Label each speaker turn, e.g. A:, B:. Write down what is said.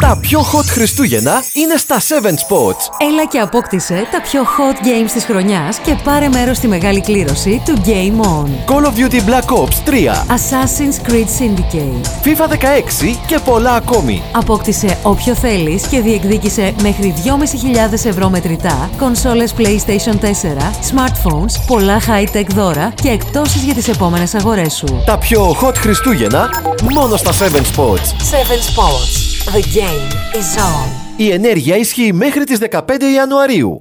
A: Τα πιο hot Χριστούγεννα είναι στα 7 Sports.
B: Έλα και απόκτησε τα πιο hot games της χρονιάς και πάρε μέρος στη μεγάλη κλήρωση του Game On.
A: Call of Duty Black Ops 3,
B: Assassin's Creed Syndicate.
A: FIFA 16 και πολλά ακόμη.
B: Απόκτησε όποιο θέλεις και διεκδίκησε μέχρι 2.500 ευρώ μετρητά, κονσόλες PlayStation 4, smartphones, πολλά high-tech δώρα και εκτόσεις για τις επόμενες αγορές σου.
A: Τα πιο hot Χριστούγεννα μόνο στα 7 Sports.
B: 7 Sports. The game is on.
A: Η ενέργεια ισχύει μέχρι τις 15 Ιανουαρίου.